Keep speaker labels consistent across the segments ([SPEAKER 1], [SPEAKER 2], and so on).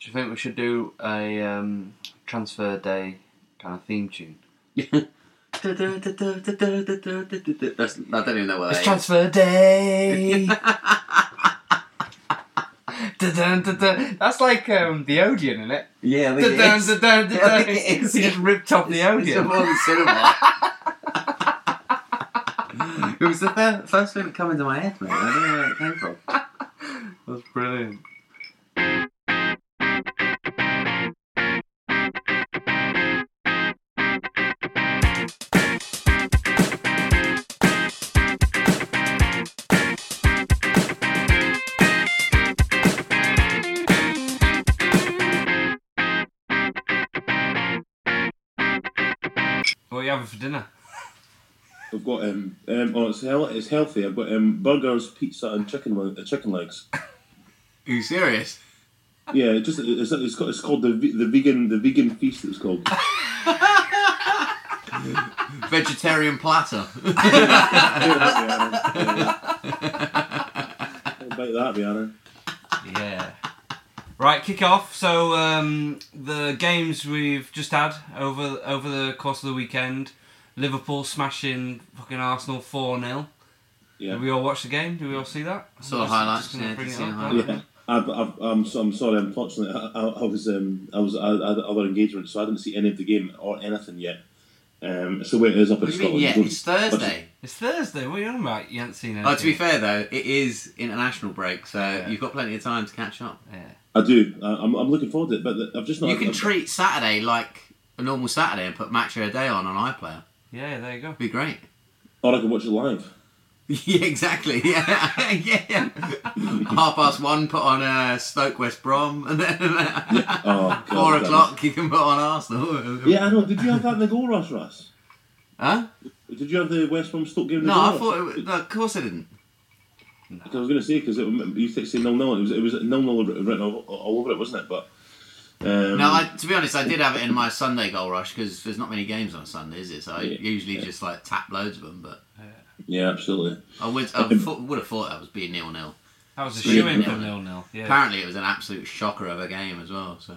[SPEAKER 1] Do you think we should do a um, transfer day kind of theme tune?
[SPEAKER 2] That's, I don't even know what
[SPEAKER 1] It's
[SPEAKER 2] that is.
[SPEAKER 1] transfer day. Dun-dun, dun-dun. That's like um, the Odeon, isn't it?
[SPEAKER 2] Yeah, I think it
[SPEAKER 1] Dun-dun,
[SPEAKER 2] is.
[SPEAKER 1] dun-dun,
[SPEAKER 2] I
[SPEAKER 1] dun-dun.
[SPEAKER 2] think it
[SPEAKER 1] He
[SPEAKER 2] is.
[SPEAKER 1] just ripped off the
[SPEAKER 2] It's a
[SPEAKER 1] Odeon.
[SPEAKER 2] modern cinema. it was the fir- first thing that came into my head, mate. I don't know where it came from.
[SPEAKER 1] That's brilliant. What are you having for dinner?
[SPEAKER 3] I've got um, um oh, it's hel- it's healthy. I've got um burgers, pizza, and chicken wi- uh, chicken legs.
[SPEAKER 2] Are you serious?
[SPEAKER 3] Yeah, it just it's it's, got, it's called the ve- the vegan the vegan feast. It's called.
[SPEAKER 2] Vegetarian platter.
[SPEAKER 3] About that, Aaron.
[SPEAKER 1] Yeah. Right, kick off. So um, the games we've just had over over the course of the weekend, Liverpool smashing fucking Arsenal four 0
[SPEAKER 3] Yeah.
[SPEAKER 1] Did we all watch the game? Did we all see that?
[SPEAKER 2] Saw the
[SPEAKER 1] Just-
[SPEAKER 2] highlights,
[SPEAKER 1] just gonna
[SPEAKER 2] yeah,
[SPEAKER 1] bring
[SPEAKER 2] did
[SPEAKER 1] it
[SPEAKER 2] see
[SPEAKER 1] up,
[SPEAKER 2] the
[SPEAKER 1] right?
[SPEAKER 2] highlights.
[SPEAKER 3] Yeah, I've, I've, I'm, so, I'm sorry. Unfortunately, I, I, I was um, I was I, I had other engagements, so I didn't see any of the game or anything yet. Um, so where it is up
[SPEAKER 2] What
[SPEAKER 3] in
[SPEAKER 2] do you mean?
[SPEAKER 3] Scotland.
[SPEAKER 2] Yeah,
[SPEAKER 3] Don't-
[SPEAKER 2] it's Thursday.
[SPEAKER 1] It's Thursday. What are you on about? You haven't seen anything.
[SPEAKER 2] Oh, to be fair though, it is international break, so you've got plenty of time to catch up.
[SPEAKER 1] Yeah.
[SPEAKER 3] I do. I, I'm, I'm looking forward to it, but I've just not.
[SPEAKER 2] you can
[SPEAKER 3] I've-
[SPEAKER 2] treat Saturday like a normal Saturday and put Match of the Day on on iPlayer.
[SPEAKER 1] Yeah, there you go.
[SPEAKER 2] Be great.
[SPEAKER 3] or I can watch it live.
[SPEAKER 2] yeah, exactly. Yeah, yeah. yeah. Half past one, put on uh, Stoke West Brom, and then uh,
[SPEAKER 3] Oh,
[SPEAKER 2] four
[SPEAKER 3] God, damn it.
[SPEAKER 2] o'clock you can put on Arsenal.
[SPEAKER 3] Yeah, I know. Did you have that in the goal rush, Russ?
[SPEAKER 2] Huh?
[SPEAKER 3] Did you have the West Brom Stoke game? in the
[SPEAKER 2] No, I
[SPEAKER 3] goal
[SPEAKER 2] thought. It
[SPEAKER 3] rush?
[SPEAKER 2] was, no, of course I didn't.
[SPEAKER 3] Because I was going to say because you said say nil nil. It was it was nil nil written all, all over it, wasn't it? But um,
[SPEAKER 2] No, I, to be honest, I did have it in my Sunday goal rush because there's not many games on Sunday, is it? So I
[SPEAKER 3] Yeah,
[SPEAKER 2] usually just like tap loads of them. But
[SPEAKER 3] yeah, absolutely.
[SPEAKER 2] I would I thought, would have thought that was being nil nil.
[SPEAKER 1] That was a
[SPEAKER 3] Brilliant.
[SPEAKER 1] shoe in for nil nil. Yeah.
[SPEAKER 2] Apparently, it was an absolute shocker of a game as well. So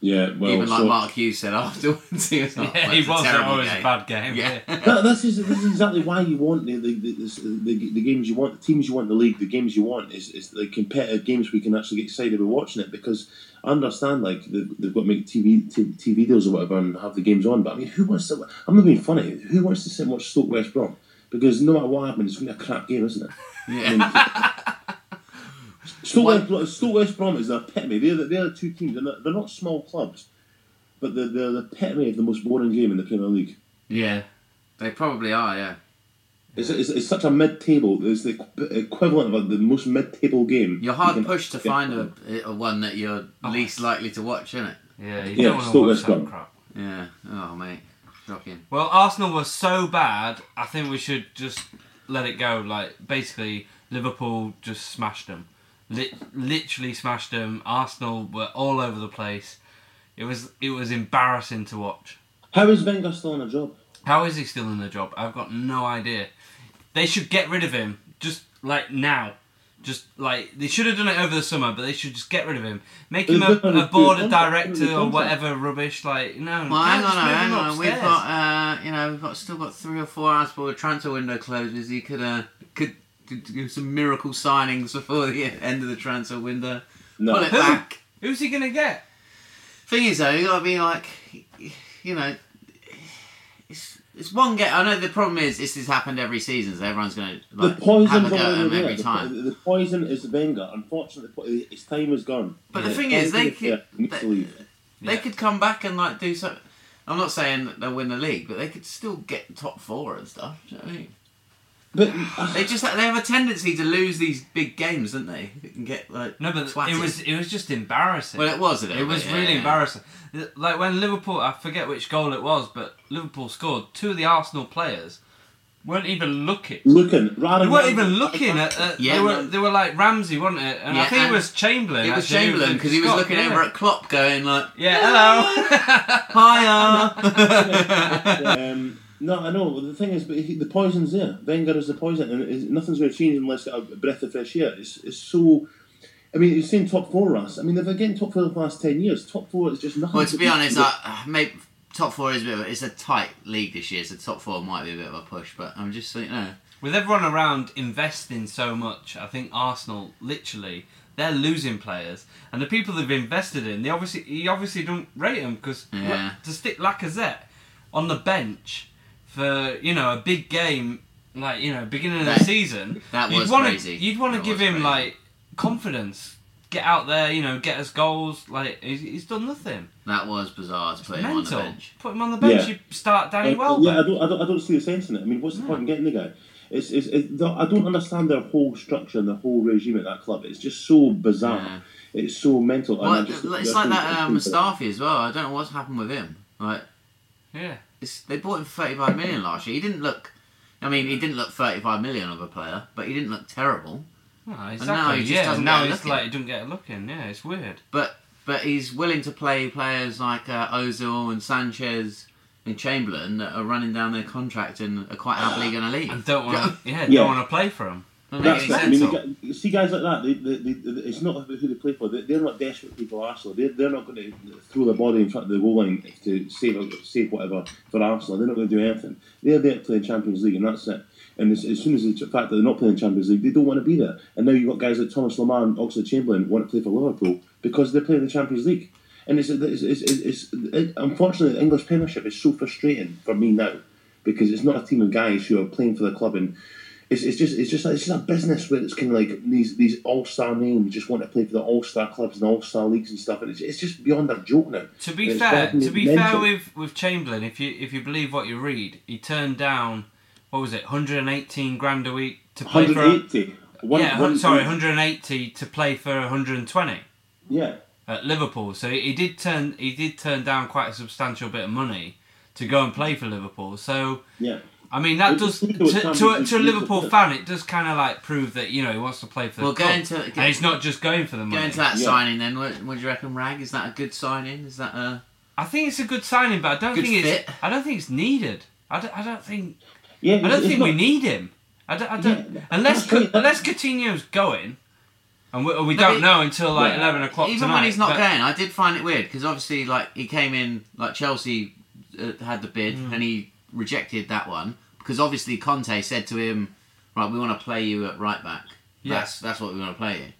[SPEAKER 3] Yeah, well,
[SPEAKER 2] even like
[SPEAKER 3] so-
[SPEAKER 2] Mark Hughes said afterwards, he was like,
[SPEAKER 1] Yeah,
[SPEAKER 2] "That's
[SPEAKER 1] he was.
[SPEAKER 2] a
[SPEAKER 1] That
[SPEAKER 2] terrible
[SPEAKER 1] was
[SPEAKER 2] game."
[SPEAKER 1] a bad game.
[SPEAKER 2] Yeah.
[SPEAKER 1] yeah.
[SPEAKER 3] That, this is this is exactly why you want the the, the, this- the the games you want, the teams you want, in the league, the games you want is is the competitive games we can actually get excited about watching it because I understand like they've, they've got to make TV t- TV deals or whatever and have the games on, but I mean, who wants to? I'm not being funny. Who wants to sit and watch Stoke West Brom? Because no matter what happens, it's going to be a crap game, isn't it?
[SPEAKER 2] Yeah.
[SPEAKER 3] Stoke
[SPEAKER 2] Why-
[SPEAKER 3] West, Brom- Stoke West Brom is the epitome. They're the, they're the two teams, and they're, they're not small clubs, but they're, they're the epitome of the most boring game in the Premier League.
[SPEAKER 2] Yeah, they probably are. Yeah,
[SPEAKER 3] It's, it's, it's such a mid-table. It's the equ- equivalent of the most mid-table game.
[SPEAKER 2] you're
[SPEAKER 3] you
[SPEAKER 2] hard
[SPEAKER 3] can-
[SPEAKER 2] pushed to find a, a one that you're
[SPEAKER 1] Oh,
[SPEAKER 2] least likely to watch, isn't it?
[SPEAKER 1] Yeah. You
[SPEAKER 3] Yeah,
[SPEAKER 1] don't
[SPEAKER 3] still
[SPEAKER 1] want
[SPEAKER 3] West
[SPEAKER 1] to watch
[SPEAKER 3] Brom.
[SPEAKER 1] that crap.
[SPEAKER 2] Yeah. Oh mate, shocking.
[SPEAKER 1] Well, Arsenal were so bad. I think we should just let it go. Like basically, Liverpool just smashed them. Lit- literally smashed them. Arsenal were all over the place. It was it was embarrassing to watch.
[SPEAKER 3] How is Wenger still on a job?
[SPEAKER 1] How is he still in the job? I've got no idea. They should get rid of him just like now. Just like they should have done it over the summer, but they should just get rid of him. Make him a, a board of director or whatever rubbish. Like no,
[SPEAKER 2] Well,
[SPEAKER 1] no,
[SPEAKER 2] hang on,
[SPEAKER 1] just move
[SPEAKER 2] hang
[SPEAKER 1] him
[SPEAKER 2] on. We've
[SPEAKER 1] upstairs.
[SPEAKER 2] got, uh, you know, we've got still got three or four hours before the transfer window closes. You could, uh, could do- do some miracle signings before the end of the transfer window.
[SPEAKER 3] No.
[SPEAKER 2] Pull it
[SPEAKER 1] Who?
[SPEAKER 2] back.
[SPEAKER 1] Who's he gonna get?
[SPEAKER 2] Thing is, though, you gotta be like, you know, it's it's one game. I know the problem is this has happened every season, so everyone's gonna
[SPEAKER 3] The
[SPEAKER 2] like, have a
[SPEAKER 3] poison's
[SPEAKER 2] go at
[SPEAKER 3] already
[SPEAKER 2] him
[SPEAKER 3] there.
[SPEAKER 2] every
[SPEAKER 3] The,
[SPEAKER 2] time.
[SPEAKER 3] po- the poison is Wenger. Unfortunately, the po- his time is gone.
[SPEAKER 2] But the thing is, they
[SPEAKER 3] poison there.
[SPEAKER 2] could-
[SPEAKER 3] He needs to
[SPEAKER 2] they-
[SPEAKER 3] leave.
[SPEAKER 2] They
[SPEAKER 1] Yeah.
[SPEAKER 2] could come back and like do something. I'm not saying that they'll win the league, but they could still get top four and stuff. Do you know what I mean?
[SPEAKER 3] But uh,
[SPEAKER 2] They just they have a tendency to lose these big games, don't they? And get like
[SPEAKER 1] No, but
[SPEAKER 2] twatted.
[SPEAKER 1] it was it was just embarrassing.
[SPEAKER 2] well, it was. a little
[SPEAKER 1] it was
[SPEAKER 2] bit, yeah,
[SPEAKER 1] really
[SPEAKER 2] yeah.
[SPEAKER 1] embarrassing. Like when Liverpool, I forget which goal it was, but Liverpool scored. Two of the Arsenal players weren't even looking.
[SPEAKER 3] looking, rather
[SPEAKER 1] They weren't
[SPEAKER 3] than-
[SPEAKER 1] even looking at. at
[SPEAKER 2] Yeah,
[SPEAKER 1] they were.
[SPEAKER 2] man.
[SPEAKER 1] They were like Ramsey, wasn't it? And I
[SPEAKER 2] Yeah,
[SPEAKER 1] think it
[SPEAKER 2] and-
[SPEAKER 1] was Chamberlain.
[SPEAKER 2] It was
[SPEAKER 1] actually, who
[SPEAKER 2] Chamberlain because he was
[SPEAKER 1] Scott,
[SPEAKER 2] looking
[SPEAKER 1] yeah.
[SPEAKER 2] over at Klopp, going like,
[SPEAKER 1] Yeah, hello.
[SPEAKER 2] "Hiya."
[SPEAKER 3] um, no, I know. but The thing is, but he, the poison's there. Wenger is the poison, and it's, nothing's going to change unless a breath of fresh air. It's, it's so. I mean, you're saying top four, Russ. I mean, they've been getting top four the last ten years. Top four is just nothing.
[SPEAKER 2] Well, to be
[SPEAKER 3] beat.
[SPEAKER 2] honest, I, maybe top four is a bit of a, it's a tight league this year, so top four might be a bit of a push. But I'm just you know,
[SPEAKER 1] With everyone around investing so much, I think Arsenal literally they're losing players, and the people they've invested in, they obviously you obviously don't rate them because
[SPEAKER 2] Yeah.
[SPEAKER 1] to stick Lacazette on the bench for you know a big game like you know beginning of
[SPEAKER 2] That-
[SPEAKER 1] the season,
[SPEAKER 2] that
[SPEAKER 1] you'd
[SPEAKER 2] was
[SPEAKER 1] wanna,
[SPEAKER 2] crazy.
[SPEAKER 1] You'd want to
[SPEAKER 2] That
[SPEAKER 1] give
[SPEAKER 2] was
[SPEAKER 1] him
[SPEAKER 2] crazy.
[SPEAKER 1] like confidence, get out there, you know, get us goals. Like he's, he's done nothing.
[SPEAKER 2] that was bizarre to put him on the
[SPEAKER 1] Mental.
[SPEAKER 2] bench.
[SPEAKER 1] Put him on the bench.
[SPEAKER 3] Yeah.
[SPEAKER 1] You start Danny
[SPEAKER 3] Uh,
[SPEAKER 1] Welbeck.
[SPEAKER 3] yeah, I don't, I don't, I don't see the sense in it. I mean, what's the point in getting the guy? It's, it's, it's, the- I don't understand their whole structure and the whole regime at that club. It's just so bizarre.
[SPEAKER 2] Yeah.
[SPEAKER 3] It's so mental. and I
[SPEAKER 2] Well,
[SPEAKER 3] just- I
[SPEAKER 2] it's
[SPEAKER 3] just
[SPEAKER 2] like
[SPEAKER 3] think-
[SPEAKER 2] that
[SPEAKER 3] I
[SPEAKER 2] uh,
[SPEAKER 3] think that-
[SPEAKER 2] Mustafi as well. I don't know what's happened with him. Like
[SPEAKER 1] yeah.
[SPEAKER 2] it's, they bought him for 35 million last year. He didn't look. I mean, he didn't look 35 million of a player, but he didn't look terrible.
[SPEAKER 1] Ah,
[SPEAKER 2] now he
[SPEAKER 1] exactly.
[SPEAKER 2] just
[SPEAKER 1] yeah,
[SPEAKER 2] doesn't
[SPEAKER 1] now
[SPEAKER 2] get a
[SPEAKER 1] it's
[SPEAKER 2] look in.
[SPEAKER 1] like he don't get a look in. Yeah, it's weird.
[SPEAKER 2] But but he's willing to play players like uh, Ozil and Sanchez and Chamberlain that are running down their contract and are quite happily going to leave.
[SPEAKER 1] And don't want to. Yeah,
[SPEAKER 3] Yeah.
[SPEAKER 1] don't want to play for him.
[SPEAKER 2] Doesn't make any
[SPEAKER 3] That's that. I
[SPEAKER 2] sense.
[SPEAKER 3] mean,
[SPEAKER 1] sense,
[SPEAKER 3] you get- see guys like that. They, they, they, they- it's not about who they play for. They, they're not desperate people. Arsenal. They're, they're not going to throw their body in front of the goal line to save save whatever for Arsenal. They're not going to do anything. They're there playing Champions League, and that's it. And as, as soon as the fact that they're not playing Champions League, they don't want to be there. And now you've got guys like Thomas Lamar and Oxlade Chamberlain want to play for Liverpool because they're playing the Champions League. And it's, it's, it's, it's, it's unfortunately the English Premiership is so frustrating for me now because it's not a team of guys who are playing for the club and it's, it's just it's just like, it's just a business where it's kind of like these these all star names just want to play for the all star clubs and all star leagues and stuff, and it's, it's just beyond a joke now.
[SPEAKER 1] To be
[SPEAKER 3] It's
[SPEAKER 1] fair,
[SPEAKER 3] driving me
[SPEAKER 1] to be fair
[SPEAKER 3] mental.
[SPEAKER 1] with with Chamberlain, if you if you believe what you read, he turned down what was it, 118 grand a week to play for. A,
[SPEAKER 3] 180. One,
[SPEAKER 1] yeah, hun- sorry, 180 to play for 120
[SPEAKER 3] Yeah,
[SPEAKER 1] at Liverpool. So he did turn he did turn down quite a substantial bit of money to go and play for Liverpool. So
[SPEAKER 3] yeah.
[SPEAKER 1] I mean that
[SPEAKER 3] It
[SPEAKER 1] does
[SPEAKER 3] just
[SPEAKER 1] to,
[SPEAKER 3] seems to
[SPEAKER 1] to,
[SPEAKER 3] have
[SPEAKER 1] to, a,
[SPEAKER 3] come
[SPEAKER 1] to a
[SPEAKER 3] from-
[SPEAKER 1] Liverpool fan it does kind of like prove that you know he wants to play for the
[SPEAKER 2] Well,
[SPEAKER 1] club.
[SPEAKER 2] going to-
[SPEAKER 1] and he's not just going for the money.
[SPEAKER 2] Going to that
[SPEAKER 3] Yeah.
[SPEAKER 2] signing then, what, what do you reckon, Rag? Is that a good signing? Is that a
[SPEAKER 1] I think it's a good signing, but I don't
[SPEAKER 2] Good
[SPEAKER 1] think it's.
[SPEAKER 2] fit.
[SPEAKER 1] I don't think it's needed. I don't, I don't think.
[SPEAKER 3] Yeah,
[SPEAKER 1] I
[SPEAKER 3] it's-
[SPEAKER 1] don't
[SPEAKER 3] it's
[SPEAKER 1] think we
[SPEAKER 3] not-
[SPEAKER 1] need him. I don't. I don't
[SPEAKER 3] Yeah,
[SPEAKER 1] unless
[SPEAKER 3] that's right, that-
[SPEAKER 1] unless Coutinho's going, and we, we
[SPEAKER 2] No,
[SPEAKER 1] don't
[SPEAKER 2] but-
[SPEAKER 1] know until like
[SPEAKER 3] Yeah.
[SPEAKER 1] eleven o'clock
[SPEAKER 2] even
[SPEAKER 1] tonight,
[SPEAKER 2] when he's not
[SPEAKER 1] but-
[SPEAKER 2] going? I did find it weird because obviously, like he came in, like Chelsea uh, had the bid
[SPEAKER 1] Mm.
[SPEAKER 2] and he rejected that one because obviously Conte said to him, "Right, we want to play you at right back.
[SPEAKER 1] Yeah.
[SPEAKER 2] Yes, that's what we want to play you."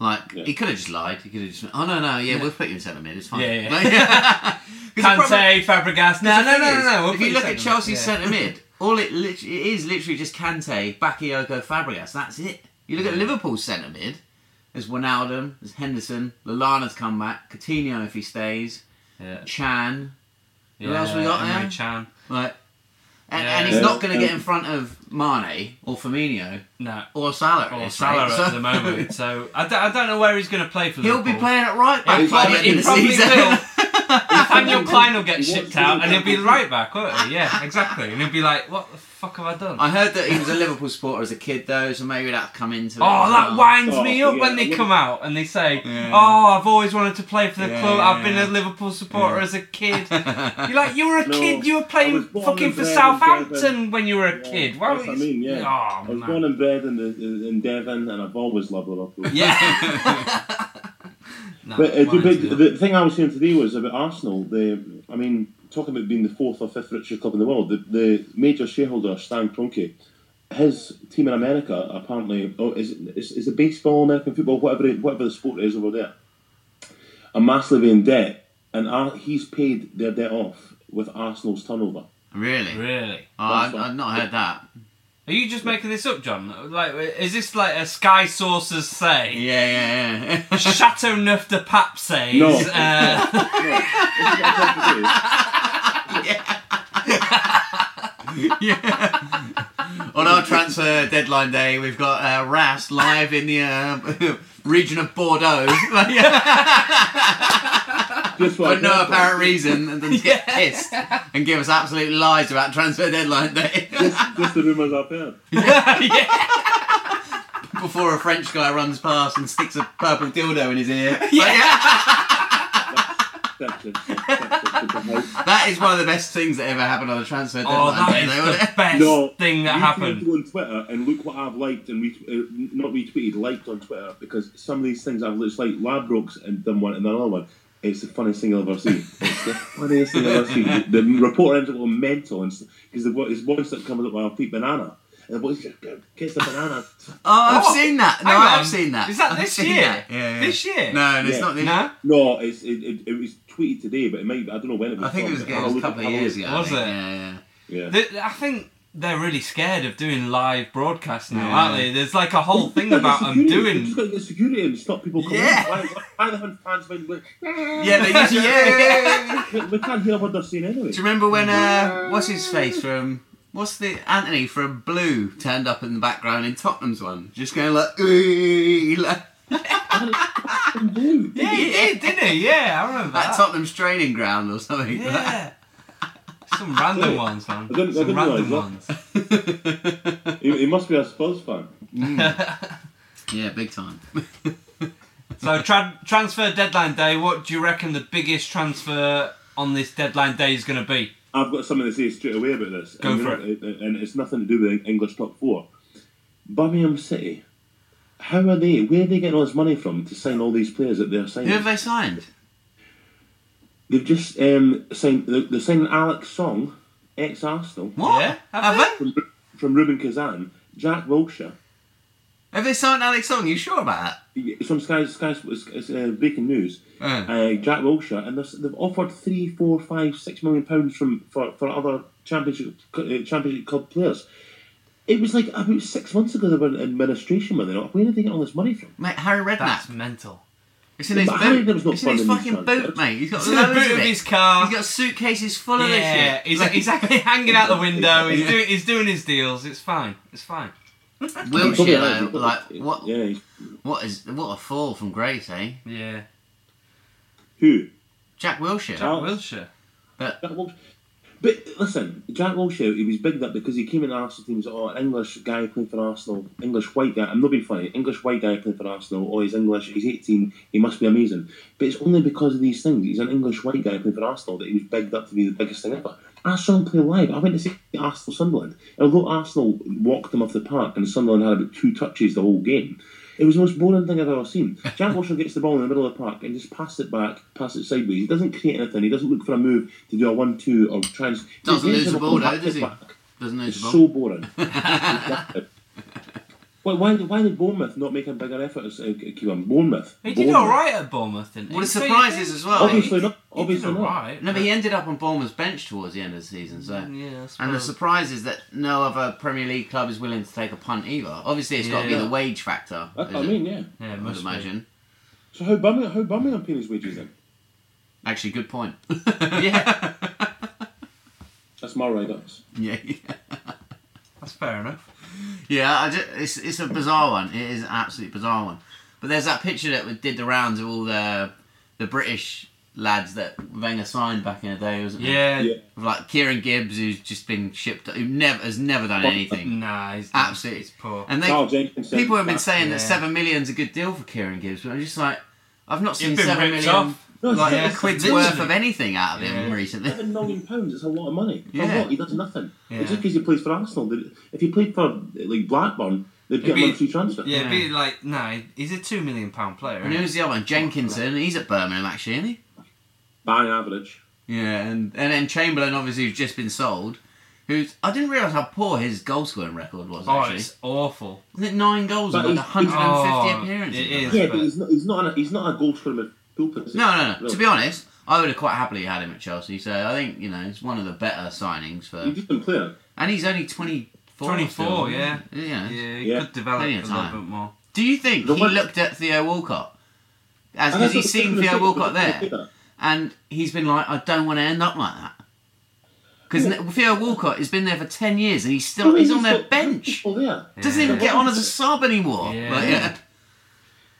[SPEAKER 2] Like
[SPEAKER 3] Yeah.
[SPEAKER 2] he could have just lied. He could have just, "Oh no, no, yeah, we'll put you in centre mid. It's fine."
[SPEAKER 1] Yeah, yeah.
[SPEAKER 2] Like, 'Cause the problem-
[SPEAKER 1] Kante, Fabregas. No,
[SPEAKER 2] Because the
[SPEAKER 1] no, no,
[SPEAKER 2] thing
[SPEAKER 1] no,
[SPEAKER 2] is,
[SPEAKER 1] no. we'll
[SPEAKER 2] if
[SPEAKER 1] put
[SPEAKER 2] you look at
[SPEAKER 1] second.
[SPEAKER 2] Chelsea's
[SPEAKER 1] Yeah.
[SPEAKER 2] centre mid, all it, lit- it is literally just Kante, Bakayoko, Fabregas. That's it. You look at Liverpool's centre mid. There's Wijnaldum. There's Henderson. Lallana's come back. Coutinho if he stays.
[SPEAKER 1] yeah.
[SPEAKER 2] Chan.
[SPEAKER 1] yeah.
[SPEAKER 2] Who else we got
[SPEAKER 1] Emre
[SPEAKER 2] there?
[SPEAKER 1] Chan.
[SPEAKER 2] Like, and,
[SPEAKER 1] Yeah.
[SPEAKER 2] and he's
[SPEAKER 1] Yeah.
[SPEAKER 2] not going to get in front of Mane or Firmino
[SPEAKER 1] No.
[SPEAKER 2] or Salah. at
[SPEAKER 1] Or
[SPEAKER 2] this
[SPEAKER 1] Salah
[SPEAKER 2] rate,
[SPEAKER 1] at
[SPEAKER 2] so-
[SPEAKER 1] the moment. So I don't, I don't know where he's going to play for.
[SPEAKER 2] He'll be
[SPEAKER 1] Liverpool.
[SPEAKER 2] playing at right back
[SPEAKER 1] He
[SPEAKER 2] by the
[SPEAKER 1] probably,
[SPEAKER 2] end
[SPEAKER 1] he
[SPEAKER 2] of the
[SPEAKER 1] probably
[SPEAKER 2] season.
[SPEAKER 1] will. Nathaniel Klein will get
[SPEAKER 3] He wants
[SPEAKER 1] shipped out,
[SPEAKER 3] to
[SPEAKER 1] and he'll be
[SPEAKER 3] go.
[SPEAKER 1] right back, won't he? Yeah, exactly. And he'll be like, "What the fuck have I done?"
[SPEAKER 2] I heard that he was a Liverpool supporter as a kid, though, so maybe that'll come into it.
[SPEAKER 1] Oh,
[SPEAKER 2] as
[SPEAKER 1] that
[SPEAKER 2] well.
[SPEAKER 1] winds me
[SPEAKER 3] Oh,
[SPEAKER 1] up when
[SPEAKER 3] yeah,
[SPEAKER 1] they
[SPEAKER 3] yeah.
[SPEAKER 1] come out and they say,
[SPEAKER 2] Yeah.
[SPEAKER 1] "Oh, I've always wanted to play for the
[SPEAKER 2] Yeah,
[SPEAKER 1] club.
[SPEAKER 2] yeah,
[SPEAKER 1] I've been
[SPEAKER 2] yeah.
[SPEAKER 1] a Liverpool supporter as a kid." You're like, you were a
[SPEAKER 3] No,
[SPEAKER 1] kid. You were
[SPEAKER 3] I
[SPEAKER 1] playing
[SPEAKER 3] was born
[SPEAKER 1] fucking
[SPEAKER 3] and
[SPEAKER 1] for
[SPEAKER 3] bred in
[SPEAKER 1] Southampton when you were a
[SPEAKER 3] Yeah,
[SPEAKER 1] kid. Why
[SPEAKER 3] that's
[SPEAKER 1] were
[SPEAKER 3] what I
[SPEAKER 1] you-
[SPEAKER 3] mean, yeah.
[SPEAKER 1] Oh,
[SPEAKER 3] I was
[SPEAKER 1] man.
[SPEAKER 3] born and bred in, the, in in Devon, and I've always loved Liverpool.
[SPEAKER 2] Yeah.
[SPEAKER 1] No,
[SPEAKER 3] But,
[SPEAKER 1] why
[SPEAKER 3] uh, the,
[SPEAKER 1] is
[SPEAKER 3] big,
[SPEAKER 1] it?
[SPEAKER 3] the thing I was saying today was about Arsenal. The, I mean, talking about being the fourth or fifth richest club in the world, the, the major shareholder, Stan Kroenke, his team in America apparently oh, is, is is it baseball, American football, whatever it- whatever the sport is over there, are massively in debt, and Ar- he's paid their debt off with Arsenal's turnover.
[SPEAKER 2] really?
[SPEAKER 1] really?
[SPEAKER 2] Oh, I've, I've not heard that.
[SPEAKER 1] Are you just making this up, John? Like, is this like a Sky Sources say?
[SPEAKER 2] Yeah, yeah, yeah.
[SPEAKER 1] Chateau Neuf de Pape says.
[SPEAKER 3] No.
[SPEAKER 1] Uh,
[SPEAKER 2] On our transfer deadline day, we've got uh, Ras live in the uh, region of Bordeaux
[SPEAKER 3] Just what I
[SPEAKER 2] for no
[SPEAKER 3] thought.
[SPEAKER 2] apparent reason, and then get pissed and give us absolute lies about transfer deadline day
[SPEAKER 3] Just, just the rumours I've heard.
[SPEAKER 2] Oh,
[SPEAKER 1] yeah.
[SPEAKER 2] before a French guy runs past and sticks a purple dildo in his ear.
[SPEAKER 1] Yeah.
[SPEAKER 3] That's it, that's it, that's it.
[SPEAKER 2] That is one of the best things that ever happened on the transfer
[SPEAKER 1] Oh,
[SPEAKER 2] deadline
[SPEAKER 1] that
[SPEAKER 2] day,
[SPEAKER 1] is
[SPEAKER 2] though, wasn't
[SPEAKER 1] the
[SPEAKER 2] it?
[SPEAKER 1] best
[SPEAKER 3] No,
[SPEAKER 1] thing that
[SPEAKER 3] you
[SPEAKER 1] happened.
[SPEAKER 3] Can go on Twitter and look what I've liked and re- uh, not retweeted, liked on Twitter because some of these things I've just like Labrooks and done one and then another one. It's the funniest thing I've ever seen. It's the funniest thing I've ever seen. The, the reporter ends up going mental because the there's one that comes up with I'll eat banana. And the boy's like, "Go, kiss the banana.
[SPEAKER 2] Oh, I've
[SPEAKER 1] What?
[SPEAKER 2] seen that. No,
[SPEAKER 1] Hang on.
[SPEAKER 2] I've seen that.
[SPEAKER 1] Is that
[SPEAKER 2] I've
[SPEAKER 1] this
[SPEAKER 2] seen
[SPEAKER 1] year?
[SPEAKER 2] that. Yeah, yeah.
[SPEAKER 1] This year?
[SPEAKER 2] No, no, it's
[SPEAKER 3] Yeah.
[SPEAKER 2] not this
[SPEAKER 1] No?
[SPEAKER 3] No, it's it, it, it was tweeted today, but it might I don't know when it was.
[SPEAKER 2] I think it
[SPEAKER 3] from,
[SPEAKER 2] was,
[SPEAKER 3] but
[SPEAKER 2] it
[SPEAKER 3] I'll
[SPEAKER 2] was a
[SPEAKER 3] look-
[SPEAKER 2] couple of
[SPEAKER 3] I'll look-
[SPEAKER 2] years ago. I
[SPEAKER 1] Was
[SPEAKER 2] think.
[SPEAKER 1] it?
[SPEAKER 2] Yeah, yeah.
[SPEAKER 3] Yeah.
[SPEAKER 1] Th- I think they're really scared of doing live broadcasts now,
[SPEAKER 2] Yeah.
[SPEAKER 1] aren't they? There's like a whole thing about them
[SPEAKER 3] security. They've
[SPEAKER 1] doing.
[SPEAKER 3] just got to get security and stop people coming.
[SPEAKER 2] Yeah.
[SPEAKER 3] in. Why, why, why the hell fans when
[SPEAKER 2] Yeah, they used to, yeah, yeah.
[SPEAKER 3] we can't hear what they're saying anyway?
[SPEAKER 2] Do you remember when uh, what's his face from what's the Anthony from Blue turned up in the background in Tottenham's one, just going like, "Ooh," like
[SPEAKER 3] fucking blue.
[SPEAKER 1] Yeah, he did, didn't he? Yeah, I remember
[SPEAKER 2] at
[SPEAKER 1] that.
[SPEAKER 2] Tottenham's training ground or something.
[SPEAKER 1] Ah. yeah. Some random ones, man.
[SPEAKER 3] I didn't- I
[SPEAKER 1] Some
[SPEAKER 3] didn't
[SPEAKER 1] random
[SPEAKER 3] realise that.
[SPEAKER 1] ones.
[SPEAKER 3] He, he must be a Spurs fan.
[SPEAKER 2] yeah, big time.
[SPEAKER 1] So tra- transfer deadline day. What do you reckon the biggest transfer on this deadline day is going to be?
[SPEAKER 3] I've got something to say straight away about this.
[SPEAKER 1] Go
[SPEAKER 3] and,
[SPEAKER 1] for
[SPEAKER 3] it. And it's nothing to do with the English top four. Birmingham City. How are they? Where are they getting all this money from to sign all these players that they're
[SPEAKER 2] Who
[SPEAKER 3] signing?
[SPEAKER 2] have they signed?
[SPEAKER 3] They've just um, signed. They're, they're signing Alex Song, ex Arsenal,
[SPEAKER 2] What?
[SPEAKER 1] Yeah, have
[SPEAKER 2] have
[SPEAKER 1] they?
[SPEAKER 2] they?
[SPEAKER 3] from from Ruben Kazan, Jack Wilshere.
[SPEAKER 2] Have they signed Alex Song? You sure about that?
[SPEAKER 3] It's from Sky. Sky it's, it's, uh, breaking news.
[SPEAKER 2] Uh.
[SPEAKER 3] Uh, Jack Wilshere, and they've, they've offered three, four, five, six million pounds from for, for other championship uh, championship club players. It was like about six months ago they were in administration when they not. Where did they get all this money from?
[SPEAKER 2] Mate, Harry Redknapp.
[SPEAKER 1] That's mental.
[SPEAKER 2] it's in his
[SPEAKER 3] But Harry
[SPEAKER 2] boot.
[SPEAKER 3] Redknapp's not
[SPEAKER 2] It's in his
[SPEAKER 3] funding these
[SPEAKER 2] fucking
[SPEAKER 3] transfers.
[SPEAKER 2] boot, mate. He's got
[SPEAKER 1] It's in the
[SPEAKER 2] loads
[SPEAKER 1] boot
[SPEAKER 2] of
[SPEAKER 1] of
[SPEAKER 2] it.
[SPEAKER 1] his car.
[SPEAKER 2] He's got suitcases full of this
[SPEAKER 1] Yeah,
[SPEAKER 2] shit.
[SPEAKER 1] he's,
[SPEAKER 2] Like,
[SPEAKER 1] he's hanging out the window. He's doing he's doing his deals. It's fine. It's fine.
[SPEAKER 2] Wilshere, though, like what?
[SPEAKER 3] Yeah.
[SPEAKER 2] What is what a fall from grace, eh?
[SPEAKER 1] Yeah,
[SPEAKER 3] Who?
[SPEAKER 2] Jack Wilshere.
[SPEAKER 3] Jack- Oh.
[SPEAKER 1] Wilshire.
[SPEAKER 3] Jack Wilshere. But listen, Jack Wilshere, he was bigged up because he came in Arsenal teams. Oh, English guy playing for Arsenal, English white guy. I'm not being funny. English white guy playing for Arsenal. Oh, he's English. He's 18. He must be amazing. But it's only because of these things. He's an English white guy playing for Arsenal that he was bigged up to be the biggest thing ever. I saw him play live. I went to see Arsenal Sunderland. Although Arsenal walked him off the park and Sunderland had about two touches the whole game. It was the most boring thing I've ever seen. Jack Wilshere gets the ball in the middle of the park and just passes it back, passes it sideways. He doesn't create anything. He doesn't look for a move to do a one-two or try and
[SPEAKER 2] Doesn't
[SPEAKER 3] He
[SPEAKER 2] lose
[SPEAKER 3] ends
[SPEAKER 2] the
[SPEAKER 3] up
[SPEAKER 2] ball
[SPEAKER 3] with a
[SPEAKER 2] though, does he?
[SPEAKER 3] back-to-back.
[SPEAKER 2] Doesn't lose
[SPEAKER 3] It's
[SPEAKER 2] the ball.
[SPEAKER 3] so boring. why, why, why did Bournemouth not make a bigger effort as uh, Q1? Bournemouth.
[SPEAKER 1] He did
[SPEAKER 3] Bournemouth.
[SPEAKER 1] all right at Bournemouth, didn't he?
[SPEAKER 2] Well, the
[SPEAKER 1] So you
[SPEAKER 2] surprise
[SPEAKER 1] think-
[SPEAKER 2] is as well.
[SPEAKER 3] Obviously
[SPEAKER 2] he-
[SPEAKER 3] not. Obviously
[SPEAKER 1] all
[SPEAKER 3] not.
[SPEAKER 1] right.
[SPEAKER 2] No, but he ended up on Bournemouth's bench towards the end of the season. So,
[SPEAKER 1] Mm, Yeah, I suppose.
[SPEAKER 2] and the surprise is that no other Premier League club is willing to take a punt either. Obviously, it's got to be
[SPEAKER 1] Yeah.
[SPEAKER 2] the wage factor.
[SPEAKER 3] That's
[SPEAKER 2] is
[SPEAKER 3] what I
[SPEAKER 2] it?
[SPEAKER 3] mean, yeah.
[SPEAKER 1] yeah,
[SPEAKER 2] I would
[SPEAKER 1] must be.
[SPEAKER 2] imagine.
[SPEAKER 3] So how Birmingham, how Birmingham paying his wages then?
[SPEAKER 2] Actually, good point. yeah.
[SPEAKER 3] That's my write-ups.
[SPEAKER 2] yeah,
[SPEAKER 1] That's fair enough.
[SPEAKER 2] yeah. I ju- it's it's a bizarre one. It is an absolutely bizarre one. But there's that picture that we did the rounds of all the the British lads that Wenger signed back in the day, wasn't
[SPEAKER 1] Yeah,
[SPEAKER 2] there?
[SPEAKER 3] Yeah.
[SPEAKER 2] With, like Kieran Gibbs, who's just been shipped, who never has never done
[SPEAKER 3] Fuck.
[SPEAKER 2] anything.
[SPEAKER 1] nah, he's
[SPEAKER 2] Absolutely,
[SPEAKER 1] he's poor.
[SPEAKER 2] And they,
[SPEAKER 3] Carl Jenkins. said-
[SPEAKER 2] people have been saying
[SPEAKER 1] Yeah.
[SPEAKER 2] that seven million's a good deal for Kieran Gibbs, but I'm just like, I've not seen
[SPEAKER 1] You've been
[SPEAKER 2] seven
[SPEAKER 1] ripped
[SPEAKER 2] million
[SPEAKER 1] off.
[SPEAKER 3] No, it's
[SPEAKER 2] like
[SPEAKER 3] not-
[SPEAKER 1] Yeah.
[SPEAKER 2] a quid's
[SPEAKER 1] Literally.
[SPEAKER 2] worth of anything out of him
[SPEAKER 1] Yeah.
[SPEAKER 2] recently.
[SPEAKER 3] Seven million pounds. It's a lot of money. For
[SPEAKER 2] Yeah.
[SPEAKER 3] what? He does nothing.
[SPEAKER 1] Yeah.
[SPEAKER 3] It's just because he plays for Arsenal. They- If he played for like Blackburn, they'd get
[SPEAKER 1] be-
[SPEAKER 3] him on a free transfer.
[SPEAKER 1] yeah, it'd
[SPEAKER 2] Yeah.
[SPEAKER 1] be like nah, he's a two million pound player.
[SPEAKER 2] And
[SPEAKER 1] isn't
[SPEAKER 2] who's the other one? Jenkinson. He's at Birmingham actually, isn't he?
[SPEAKER 3] Bang average.
[SPEAKER 2] Yeah, and and then Chamberlain obviously who's just been sold. Who's I didn't realise how poor his goal scoring record was
[SPEAKER 1] he? Oh,
[SPEAKER 2] actually.
[SPEAKER 1] it's awful.
[SPEAKER 2] Isn't it nine goals
[SPEAKER 3] But
[SPEAKER 2] and like
[SPEAKER 3] he's-
[SPEAKER 2] 150
[SPEAKER 1] Oh,
[SPEAKER 2] appearances?
[SPEAKER 1] it is.
[SPEAKER 3] Yeah,
[SPEAKER 1] but-
[SPEAKER 3] but he's not. He's not. A, he's not a goal scorer with pulpit.
[SPEAKER 2] No, no, no. To be honest, I would have quite happily had him at Chelsea. So I think you know it's one of the better signings
[SPEAKER 3] he's
[SPEAKER 2] for.
[SPEAKER 3] just been playing.
[SPEAKER 2] And he's only 24.
[SPEAKER 1] 24,
[SPEAKER 2] still.
[SPEAKER 1] yeah.
[SPEAKER 2] Yeah.
[SPEAKER 1] Yeah, he
[SPEAKER 3] Yeah.
[SPEAKER 1] could develop a
[SPEAKER 2] Plenty of
[SPEAKER 1] little
[SPEAKER 2] time.
[SPEAKER 1] bit more.
[SPEAKER 2] Do you think
[SPEAKER 3] The
[SPEAKER 2] he
[SPEAKER 3] one-
[SPEAKER 2] looked at Theo Walcott? As
[SPEAKER 3] And
[SPEAKER 2] because
[SPEAKER 3] that's
[SPEAKER 2] he's
[SPEAKER 3] what I
[SPEAKER 2] seen
[SPEAKER 3] was
[SPEAKER 2] Theo
[SPEAKER 3] gonna say,
[SPEAKER 2] Walcott
[SPEAKER 3] I was gonna say
[SPEAKER 2] there,
[SPEAKER 3] that.
[SPEAKER 2] and he's been like, I don't want to end up like that. Because Theo Walcott has been there for ten years, and he's still
[SPEAKER 3] I mean,
[SPEAKER 2] he's on their
[SPEAKER 3] got-
[SPEAKER 2] bench.
[SPEAKER 3] People there.
[SPEAKER 2] Doesn't even
[SPEAKER 3] Yeah.
[SPEAKER 2] get on as a sub anymore.
[SPEAKER 1] Yeah.
[SPEAKER 2] Like, yeah.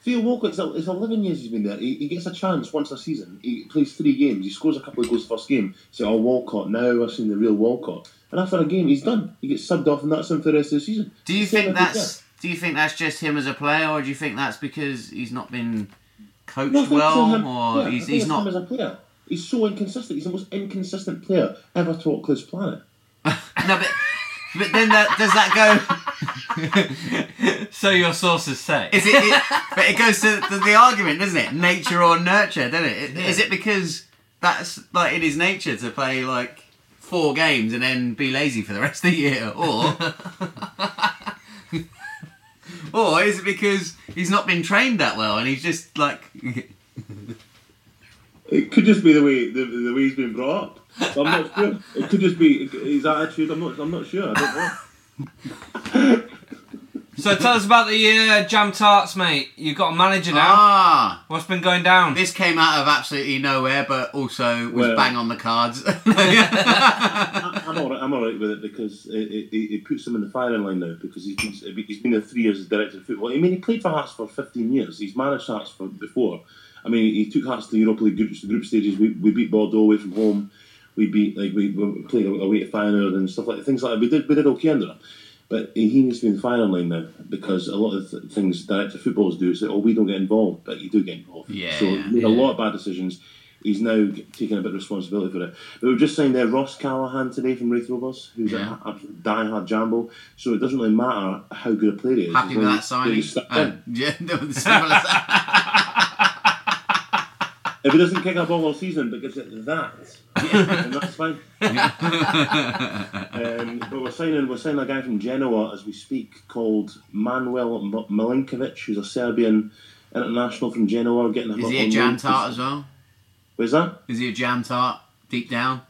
[SPEAKER 3] Theo Walcott, it's, it's 11 years he's been there. He, he gets a chance once a season. He plays three games. He scores a couple of goals first game. So, oh, Walcott, now I've seen the real Walcott. And after a game, he's done. He gets subbed off, and that's him for the rest of the season.
[SPEAKER 2] Do you
[SPEAKER 3] Same
[SPEAKER 2] think
[SPEAKER 3] every
[SPEAKER 2] that's do you think that's just him as a player, or do you think that's because he's not been coached
[SPEAKER 3] year. No, I think it's
[SPEAKER 2] well,
[SPEAKER 3] him-
[SPEAKER 2] or
[SPEAKER 3] yeah, I
[SPEAKER 2] he's,
[SPEAKER 3] think
[SPEAKER 2] he's
[SPEAKER 3] it's him
[SPEAKER 2] not
[SPEAKER 3] as a player. He's so inconsistent. He's the most inconsistent player ever to walk this planet.
[SPEAKER 2] No, but, but then that, does that go?
[SPEAKER 1] So your sources say.
[SPEAKER 2] Is it, it? But it goes to the, the argument, doesn't it? Nature or nurture, doesn't it? Is it because that's like in his nature to play like four games and then be lazy for the rest of the year, or or is it because he's not been trained that well and he's just like
[SPEAKER 3] It could just be the way the, the way he's been brought up. I'm not sure. It could just be his attitude. I'm not. I'm not sure. I don't know.
[SPEAKER 1] So tell us about the uh, jam tarts, mate. You've got a manager now.
[SPEAKER 2] ah?
[SPEAKER 1] What's been going down?
[SPEAKER 2] This came out of absolutely nowhere, but also was
[SPEAKER 3] Well-
[SPEAKER 2] bang on the cards.
[SPEAKER 3] I- I'm all right. I'm all right with it because it, it, it it puts him in the firing line now because he's been, he's been there three years as director of football. I mean, he played for Hearts for 15 years. He's managed Hearts for before. I mean, he took Hearts to the Europa League group, group stages. We, we beat Bordeaux away from home. We beat like we, we played away to Feyenoord and stuff like things like that. We did we did okay under him. But he needs to be in the firing line now because a lot of th- things director of footballers do is that, oh, we don't get involved, but you do get involved.
[SPEAKER 2] Yeah,
[SPEAKER 3] So he made a lot of bad decisions. He's now g- taking a bit of responsibility for it. But we were just saying there, Ross Callahan today from Wraith Rovers, who's
[SPEAKER 2] Yeah.
[SPEAKER 3] a, a diehard Jambo. So it doesn't really matter how good a player he is.
[SPEAKER 2] Happy
[SPEAKER 3] as
[SPEAKER 2] with
[SPEAKER 3] long
[SPEAKER 2] that
[SPEAKER 3] as
[SPEAKER 2] signing?
[SPEAKER 3] he steps
[SPEAKER 2] Oh,
[SPEAKER 3] in.
[SPEAKER 2] yeah, no, the stimulus.
[SPEAKER 3] If he doesn't kick a ball all season but gives it that, then that's fine. um, but we're signing, we're signing a guy from Genoa as we speak called Manuel M- Milinkovic, who's a Serbian international from Genoa. We're Getting
[SPEAKER 2] Is he a jam tart as well?
[SPEAKER 3] Where's that?
[SPEAKER 2] Is he a jam tart deep down?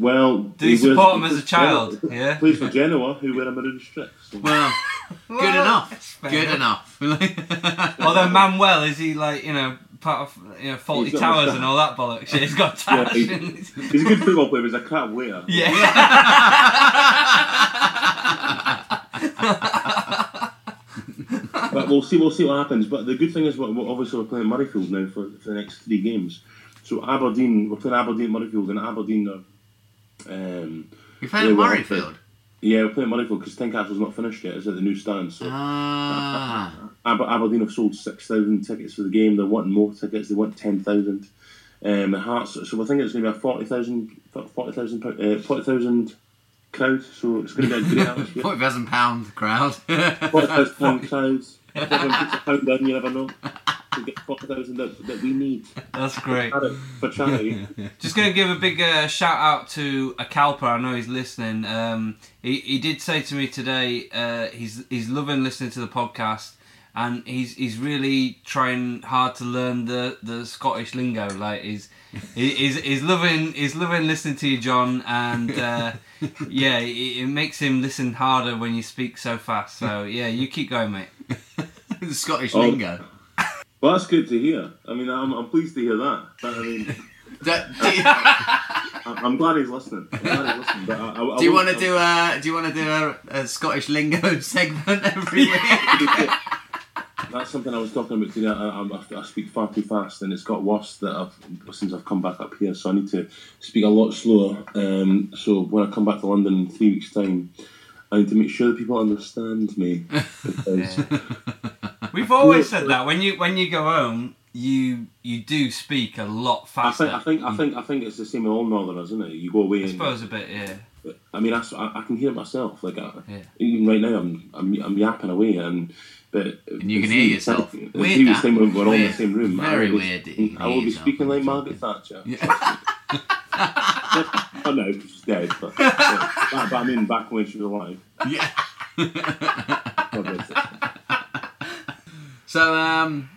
[SPEAKER 3] Well,
[SPEAKER 1] Did you
[SPEAKER 3] he was-
[SPEAKER 1] support him as a child? Yeah.
[SPEAKER 3] Plays for Genoa, who wear a maroon strip. So.
[SPEAKER 2] Well, good enough.
[SPEAKER 1] fair
[SPEAKER 2] Good enough.
[SPEAKER 1] Although Manuel, is he like, you know, part of you know, Faulty
[SPEAKER 3] He's got
[SPEAKER 1] Towers
[SPEAKER 3] mustache.
[SPEAKER 1] and all that bollocks? Yeah, he's got tash.
[SPEAKER 3] he-
[SPEAKER 1] and-
[SPEAKER 3] He's a good football player, but he's a crap waiter.
[SPEAKER 1] yeah.
[SPEAKER 3] But we'll see. We'll see what happens. But the good thing is, we're, we're obviously we're playing Murrayfield now for, for the next three games. So Aberdeen, we're playing Aberdeen at Murrayfield, and Aberdeen are. Um,
[SPEAKER 2] You played at
[SPEAKER 3] Yeah, well,
[SPEAKER 2] Murrayfield.
[SPEAKER 3] yeah, we're playing Murrayfield because Tincastle's not finished yet. It's at the new stand. So
[SPEAKER 2] Ah,
[SPEAKER 3] Aber- Aberdeen have sold six thousand tickets for the game. They're wanting more tickets. They want ten thousand. Um, Hearts. So I think it's going to be a 40,000 40,000 uh, 40,000 crowd. So it's going to be a great atmosphere.
[SPEAKER 2] forty thousand pound crowd.
[SPEAKER 3] Forty thousand pound clouds. If everyone puts a pound down, you never know. We get forty thousand that, that we need
[SPEAKER 1] That's great.
[SPEAKER 3] for- for charity.
[SPEAKER 1] Just going to give a big uh, shout out to a Calper. I know he's listening. Um, he, he did say to me today uh, he's he's loving listening to the podcast and he's he's really trying hard to learn the, the Scottish lingo. Like he's he- he's, he's loving he's loving listening to you, John. And uh, yeah, it, it makes him listen harder when you speak so fast. So yeah, you keep going, mate.
[SPEAKER 2] the Scottish
[SPEAKER 3] Oh.
[SPEAKER 2] lingo.
[SPEAKER 3] Well, that's good to hear. I mean, I'm, I'm pleased to hear that. But, I mean,
[SPEAKER 2] Do, do you,
[SPEAKER 3] I'm, I'm glad he's listening. I'm glad he's listening. But I, I, I
[SPEAKER 2] do you want
[SPEAKER 3] won't-
[SPEAKER 2] to do a Do you want to do a, a Scottish lingo segment every week?
[SPEAKER 3] That's something I was talking about today. I, I, I speak far too fast, and it's got worse that I've since I've come back up here. So I need to speak a lot slower. Um, so when I come back to London in three weeks' time, I need to make sure that people understand me because.
[SPEAKER 1] We've always said that when you when you go home, you you do speak a lot
[SPEAKER 3] I
[SPEAKER 1] faster.
[SPEAKER 3] think, I think,
[SPEAKER 2] mm.
[SPEAKER 3] I think, I think it's the same with all Northerners, isn't it? You go away
[SPEAKER 1] I
[SPEAKER 3] and
[SPEAKER 1] suppose a bit, yeah.
[SPEAKER 3] I mean, I, s- I- I can hear it myself. Like I,
[SPEAKER 1] Yeah.
[SPEAKER 3] even right now, I'm, I'm I'm yapping away, and but and
[SPEAKER 2] you can hear yourself.
[SPEAKER 3] Time,
[SPEAKER 2] Weird
[SPEAKER 3] the
[SPEAKER 2] that.
[SPEAKER 3] time when we're all in
[SPEAKER 2] Weird.
[SPEAKER 3] the same room.
[SPEAKER 2] Very
[SPEAKER 3] I will be-
[SPEAKER 2] weird that you can
[SPEAKER 3] I will
[SPEAKER 2] hear
[SPEAKER 3] be
[SPEAKER 2] yourself
[SPEAKER 3] speaking
[SPEAKER 2] when
[SPEAKER 3] like
[SPEAKER 2] you're
[SPEAKER 3] Margaret Thatcher. I know she's dead, but, but, but I mean, back when she was alive.
[SPEAKER 2] yeah.
[SPEAKER 3] God bless her.
[SPEAKER 2] So um,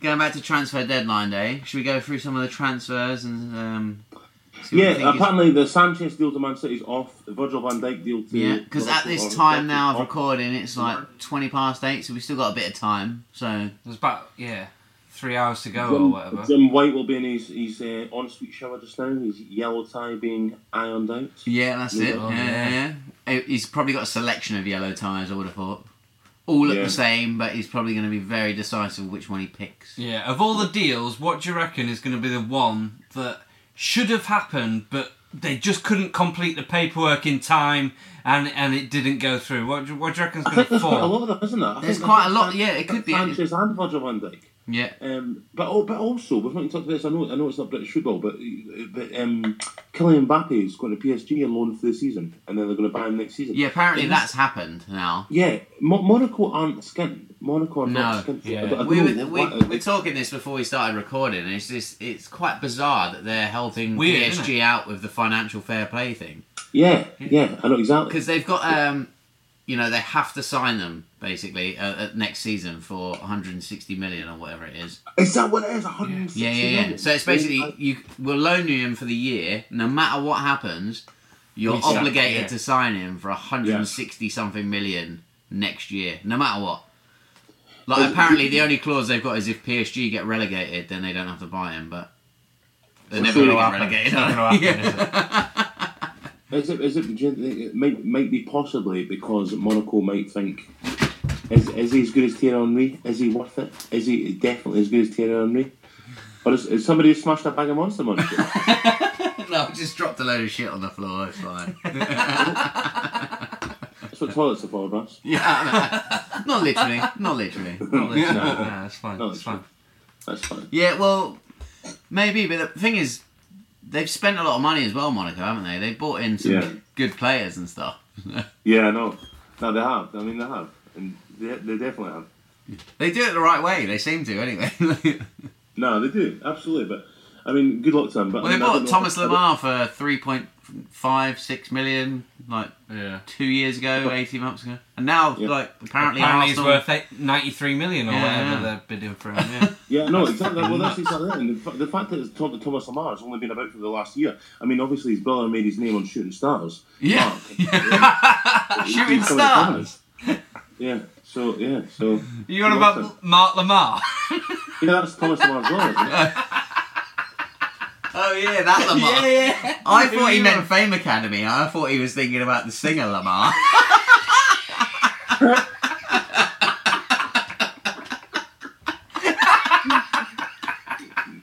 [SPEAKER 2] going back to transfer deadline day, should we go through some of the transfers and um? see what we think
[SPEAKER 3] Yeah,
[SPEAKER 2] is-
[SPEAKER 3] apparently the Sanchez deal to Man City's off. The Virgil van Dijk deal to
[SPEAKER 2] Yeah, because at this
[SPEAKER 3] Liverpool-
[SPEAKER 2] time now of
[SPEAKER 3] off.
[SPEAKER 2] recording, it's like 20 past 8, so we've still got a bit of time. So,
[SPEAKER 1] There's about yeah, three hours to go or
[SPEAKER 3] Jim,
[SPEAKER 1] whatever.
[SPEAKER 3] Jim White will be in his, his uh, ensuite shower just now. His yellow tie being ironed out.
[SPEAKER 2] yeah, that's it.
[SPEAKER 1] Oh,
[SPEAKER 2] yeah,
[SPEAKER 1] yeah.
[SPEAKER 2] yeah, yeah. Eh, He's probably got a selection of yellow tyres, I would have thought. All look
[SPEAKER 3] Yeah.
[SPEAKER 2] the same, but he's probably going to be very decisive which one he picks.
[SPEAKER 1] Yeah, of all the deals, what do you reckon is going to be the one that should have happened, but they just couldn't complete the paperwork in time, and and it didn't go through? What do, what do you reckon's
[SPEAKER 3] I think
[SPEAKER 1] going to
[SPEAKER 3] there's quite a
[SPEAKER 1] fall?
[SPEAKER 3] lot of them, isn't there? I
[SPEAKER 2] There's
[SPEAKER 3] think
[SPEAKER 2] quite a lot, yeah, it could be.
[SPEAKER 3] Sanchez and Virgil van Dijk.
[SPEAKER 2] Yeah.
[SPEAKER 3] Um, but oh, but also we've not talked about this. I know I know it's not British football, but but um, Kylian Mbappe is going to PSG on loan for the season, and then they're going to buy him next season.
[SPEAKER 2] Yeah, apparently
[SPEAKER 3] It was-
[SPEAKER 2] that's happened now.
[SPEAKER 3] yeah. Mo- Monaco aren't skint. Monaco are not
[SPEAKER 2] No,
[SPEAKER 3] skint.
[SPEAKER 1] yeah.
[SPEAKER 3] I don't- I don't
[SPEAKER 2] We
[SPEAKER 3] know
[SPEAKER 2] were, we,
[SPEAKER 3] what-
[SPEAKER 2] we were talking this before we started recording, and it's just it's quite bizarre that they're helping
[SPEAKER 1] Weird, isn't
[SPEAKER 2] PSG out with the financial fair play thing
[SPEAKER 3] yeah, yeah, I know exactly.
[SPEAKER 2] because they've got um, you know, they have to sign them basically uh, uh, next season for 160 million or whatever it is.
[SPEAKER 3] Is that what it is? 160
[SPEAKER 2] Yeah, yeah, yeah.
[SPEAKER 3] million?
[SPEAKER 2] So it's
[SPEAKER 3] I-
[SPEAKER 1] uh,
[SPEAKER 2] basically you we'll loan you him for the year, no matter what happens, you're
[SPEAKER 1] We sign-
[SPEAKER 2] obligated
[SPEAKER 1] yeah.
[SPEAKER 2] to sign him for 160 something million next year, no matter what. Like
[SPEAKER 3] Is-
[SPEAKER 2] apparently the only clause they've got is if PSG get relegated, then they don't have to buy him, but they're
[SPEAKER 1] It's
[SPEAKER 2] never
[SPEAKER 1] not
[SPEAKER 2] going to get
[SPEAKER 1] gonna happen.
[SPEAKER 2] relegated.
[SPEAKER 1] It's not
[SPEAKER 2] are they?
[SPEAKER 1] gonna happen,
[SPEAKER 2] Yeah.
[SPEAKER 3] Is it? Is it? Do you think it might might be possibly because Monaco might think, is is he as good as Thierry Henry? Is he worth it? Is he definitely as good as Thierry Henry? Or is, is somebody smashed a bag of monster munch?
[SPEAKER 2] no, I just dropped a load of shit on the floor. It's fine.
[SPEAKER 3] That's what toilets are for, Russ.
[SPEAKER 2] Yeah, I know. not literally, not literally.
[SPEAKER 1] Not this- no, no, it's fine.
[SPEAKER 3] No,
[SPEAKER 1] it's
[SPEAKER 3] it's
[SPEAKER 1] fine.
[SPEAKER 3] That's fine.
[SPEAKER 2] Yeah, well, maybe, but the thing is, they've spent a lot of money as well, Monaco, haven't they? They bought in some
[SPEAKER 3] Yeah.
[SPEAKER 2] good players and stuff.
[SPEAKER 3] Yeah, I know. No, they have. I mean, they have, and they, they definitely have.
[SPEAKER 2] They do it the right way. They seem to, anyway.
[SPEAKER 3] No, they do absolutely. But I mean, good luck to them. But
[SPEAKER 2] well,
[SPEAKER 3] I
[SPEAKER 2] they
[SPEAKER 3] mean, I don't
[SPEAKER 2] bought
[SPEAKER 3] know-
[SPEAKER 2] Thomas
[SPEAKER 3] I don't-
[SPEAKER 2] Lamar for three point five six million, like
[SPEAKER 1] Yeah.
[SPEAKER 2] two years ago, eighteen months ago, and now,
[SPEAKER 3] Yeah.
[SPEAKER 2] like, apparently,
[SPEAKER 1] Apparently, he's
[SPEAKER 2] Arsenal.
[SPEAKER 1] worth eight, 93 million or
[SPEAKER 2] Yeah, yeah.
[SPEAKER 1] whatever they're bidding for him. Yeah.
[SPEAKER 3] Yeah, no, exactly. Well, that's exactly it. And the, fa- the fact that it's Tom, Thomas Lamar has only been about for the last year. I mean, obviously, his brother made his name on Shooting Stars.
[SPEAKER 2] Yeah.
[SPEAKER 3] But he's
[SPEAKER 2] Shooting
[SPEAKER 3] been coming to
[SPEAKER 2] stars.
[SPEAKER 3] Thomas. Yeah. So yeah. So
[SPEAKER 1] You want
[SPEAKER 3] He
[SPEAKER 1] about
[SPEAKER 3] wants
[SPEAKER 1] Mark Lamar?
[SPEAKER 3] yeah, that's Thomas Lamar's brother. isn't it?
[SPEAKER 2] Oh yeah, that Lamar.
[SPEAKER 1] yeah.
[SPEAKER 2] I thought he meant Fame Academy. I thought he was thinking about the singer Lamar.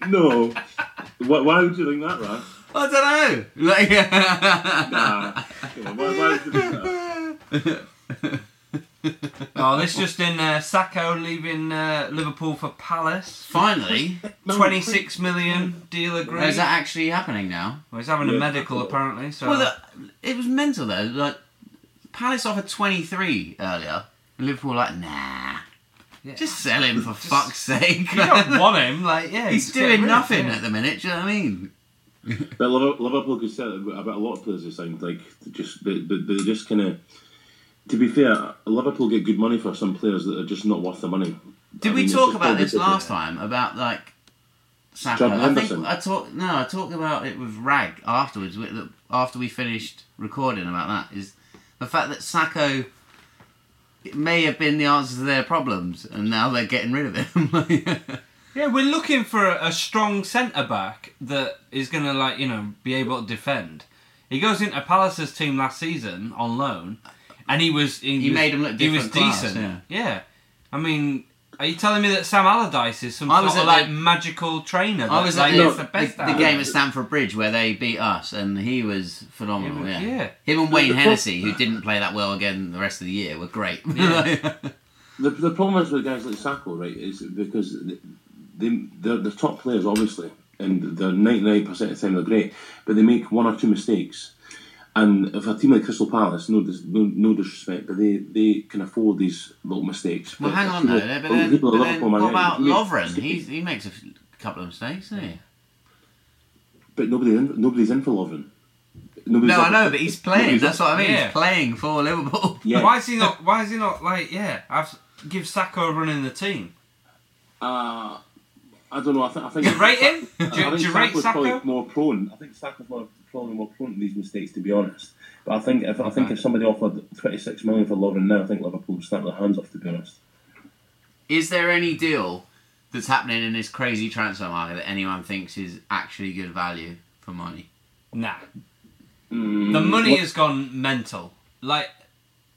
[SPEAKER 3] No. Why, why would you think that, Ryan?
[SPEAKER 2] I don't know. Like,
[SPEAKER 3] Nah. Come on, Why, why would you think that?
[SPEAKER 1] Oh, this just in uh, Sacco leaving uh, Liverpool for Palace.
[SPEAKER 2] Finally,
[SPEAKER 3] No,
[SPEAKER 1] 26 million deal agreed.
[SPEAKER 2] is that actually happening now?
[SPEAKER 1] Well, he's having a
[SPEAKER 3] Yeah.
[SPEAKER 1] medical apparently. So
[SPEAKER 2] Well, the, it was mental though. Like Palace offered twenty three earlier. Liverpool like nah,
[SPEAKER 1] Yeah.
[SPEAKER 2] just sell him for fuck's sake.
[SPEAKER 1] you don't want him, like yeah.
[SPEAKER 2] He's
[SPEAKER 1] just get rid
[SPEAKER 2] doing
[SPEAKER 1] of
[SPEAKER 2] nothing
[SPEAKER 1] him.
[SPEAKER 2] at the minute. Do you know what I mean?
[SPEAKER 3] But Liver- Liverpool could say that about a lot of players. They signed like they just they, they, they just kind of. To be fair, Liverpool get good money for some players that are just not worth the money.
[SPEAKER 2] Did we
[SPEAKER 3] I mean, it's
[SPEAKER 2] talk
[SPEAKER 3] just
[SPEAKER 2] about this
[SPEAKER 3] all different.
[SPEAKER 2] last time about like Saka?
[SPEAKER 3] Jordan
[SPEAKER 2] I think
[SPEAKER 3] Henderson.
[SPEAKER 2] I talked. No, I talked about it with Rag afterwards. wi- that- After we finished recording about that, is the fact that Sacco may have been the answer to their problems, and now they're getting rid of him.
[SPEAKER 1] Yeah, we're looking for a, a strong centre back that is gonna like you know be able to defend. He goes into Palace's team last season on loan, and he was he,
[SPEAKER 2] He
[SPEAKER 1] was-
[SPEAKER 2] made 'em look
[SPEAKER 1] he was
[SPEAKER 2] different class,
[SPEAKER 1] decent. yeah. I mean, are you telling me that Sam Allardyce is some
[SPEAKER 2] I
[SPEAKER 1] sort
[SPEAKER 2] was
[SPEAKER 1] of
[SPEAKER 2] at
[SPEAKER 1] like
[SPEAKER 2] the-
[SPEAKER 1] magical trainer? That,
[SPEAKER 2] I was at
[SPEAKER 1] like,
[SPEAKER 2] the,
[SPEAKER 1] is the best
[SPEAKER 2] the,
[SPEAKER 1] at
[SPEAKER 2] the
[SPEAKER 1] it?
[SPEAKER 2] game at Stamford Bridge where they beat us, and he was phenomenal.
[SPEAKER 1] Yeah,
[SPEAKER 2] Yeah,
[SPEAKER 1] yeah.
[SPEAKER 2] him and Wayne
[SPEAKER 3] the-
[SPEAKER 2] Hennessy, who didn't play that well again the rest of the year, were great.
[SPEAKER 3] The, the problem is with guys like Sacco, right, is because they, they, they're, they're top players, obviously, and they're 99% of the time they're great, but they make one or two mistakes. And if a team like Crystal Palace, no, dis- no, no disrespect, but they, they can afford these little mistakes.
[SPEAKER 2] Well,
[SPEAKER 3] But
[SPEAKER 2] hang
[SPEAKER 3] if
[SPEAKER 2] on
[SPEAKER 3] you
[SPEAKER 2] though.
[SPEAKER 3] look-
[SPEAKER 2] But
[SPEAKER 3] oh,
[SPEAKER 2] then,
[SPEAKER 3] people
[SPEAKER 2] but
[SPEAKER 3] at
[SPEAKER 2] then
[SPEAKER 3] Liverpool,
[SPEAKER 2] what
[SPEAKER 3] Man
[SPEAKER 2] about
[SPEAKER 3] United,
[SPEAKER 2] Lovren?
[SPEAKER 3] they make
[SPEAKER 2] He
[SPEAKER 3] mistakes,
[SPEAKER 2] he makes a f- couple of mistakes, doesn't he?
[SPEAKER 3] But nobody in, nobody's in for Lovren. Nobody's
[SPEAKER 2] No, I
[SPEAKER 3] in-
[SPEAKER 2] know, but he's playing.
[SPEAKER 3] nobody's in-
[SPEAKER 2] That's what I mean.
[SPEAKER 1] Yeah.
[SPEAKER 2] He's playing for Liverpool.
[SPEAKER 3] Yeah.
[SPEAKER 1] Why is he not? Why is he not like yeah? I've give Sacco a run in the team.
[SPEAKER 3] Uh, I don't know. I, th- I think
[SPEAKER 1] Do you rate him? Do,
[SPEAKER 3] I
[SPEAKER 1] you-
[SPEAKER 3] think
[SPEAKER 1] do you rate
[SPEAKER 3] Saka's probably
[SPEAKER 1] Sacco?
[SPEAKER 3] more prone. I think Saka's more, probably more prone to these mistakes, to be honest. But I think if I think if somebody offered twenty six million for Lovren now, I think Liverpool would snap their hands off. To be honest,
[SPEAKER 2] Is there any deal that's happening in this crazy transfer market that anyone thinks is actually good value for money?
[SPEAKER 1] Nah. The
[SPEAKER 3] Mm.
[SPEAKER 1] money has gone mental. Like,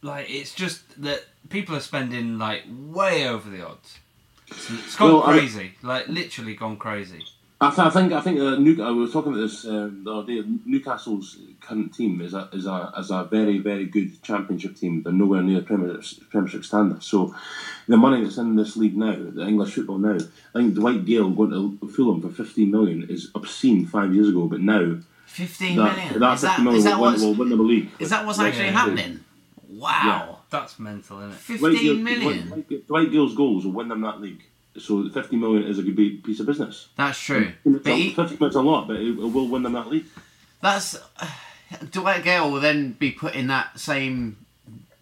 [SPEAKER 1] like it's just that people are spending like way over the odds. It's, it's gone
[SPEAKER 3] Well, I-
[SPEAKER 1] crazy. like literally gone crazy.
[SPEAKER 3] I, th- I think I think uh, New- I was talking about this um, the other day. Newcastle's current team is a is a is a very very good Championship team. They're nowhere near Premiership, premiership standard. So the money that's in this league now, the English football now, I think Dwight Gale going to Fulham for fifteen million is obscene five years ago, but now
[SPEAKER 2] Fifteen
[SPEAKER 3] that,
[SPEAKER 2] million.
[SPEAKER 3] that
[SPEAKER 2] Is that,
[SPEAKER 3] fifteen million
[SPEAKER 2] is that
[SPEAKER 3] will, win,
[SPEAKER 2] what's
[SPEAKER 3] will win the league.
[SPEAKER 2] is that what's actually
[SPEAKER 1] Yeah.
[SPEAKER 2] happening? Wow,
[SPEAKER 1] That's mental, isn't it?
[SPEAKER 2] fifteen
[SPEAKER 3] Dwight,
[SPEAKER 2] million.
[SPEAKER 3] Dwight, Dwight Gale's goals will win them that league. So fifty million is a good big piece of business.
[SPEAKER 2] That's true.
[SPEAKER 3] It's
[SPEAKER 2] But
[SPEAKER 3] a-
[SPEAKER 2] he,
[SPEAKER 3] Fifty million's a lot, but it, it will win them that league.
[SPEAKER 2] that's Dwight Gale will then be put in that same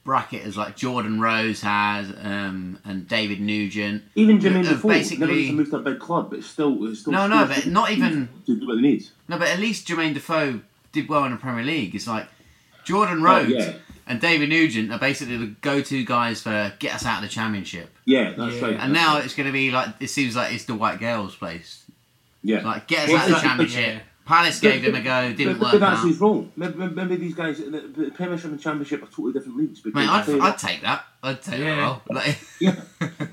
[SPEAKER 2] bracket as like Jordan Rose has um, and David Nugent.
[SPEAKER 3] Even Jermaine
[SPEAKER 2] Of
[SPEAKER 3] Defoe
[SPEAKER 2] basically-
[SPEAKER 3] never needs to move to a big club, but it's still, it's still
[SPEAKER 2] No, no,
[SPEAKER 3] still-
[SPEAKER 2] but not even-
[SPEAKER 3] to do what they need.
[SPEAKER 2] No, but at least Jermaine Defoe did well in the Premier League. It's like Jordan Rhodes
[SPEAKER 3] Oh, yeah.
[SPEAKER 2] and David Nugent are basically the go-to guys for get us out of the Championship.
[SPEAKER 3] Yeah, that's
[SPEAKER 1] Yeah.
[SPEAKER 3] right.
[SPEAKER 2] And
[SPEAKER 3] that's
[SPEAKER 2] now
[SPEAKER 3] right.
[SPEAKER 2] it's going to be like it seems like it's the White Gales' place.
[SPEAKER 3] yeah,
[SPEAKER 2] Like get us
[SPEAKER 3] Well,
[SPEAKER 2] out of the
[SPEAKER 3] that-
[SPEAKER 2] Championship.
[SPEAKER 1] yeah.
[SPEAKER 2] Palace
[SPEAKER 3] But-
[SPEAKER 2] gave them a go, didn't
[SPEAKER 3] but,
[SPEAKER 2] work
[SPEAKER 3] But that's
[SPEAKER 2] out.
[SPEAKER 3] his role. Maybe, maybe these guys, the, the Premiership and Championship are totally different leagues. Because
[SPEAKER 2] Mate, I'd,
[SPEAKER 3] they-
[SPEAKER 2] I'd take that. I'd take that
[SPEAKER 1] Yeah.
[SPEAKER 2] role. Like,
[SPEAKER 3] yeah,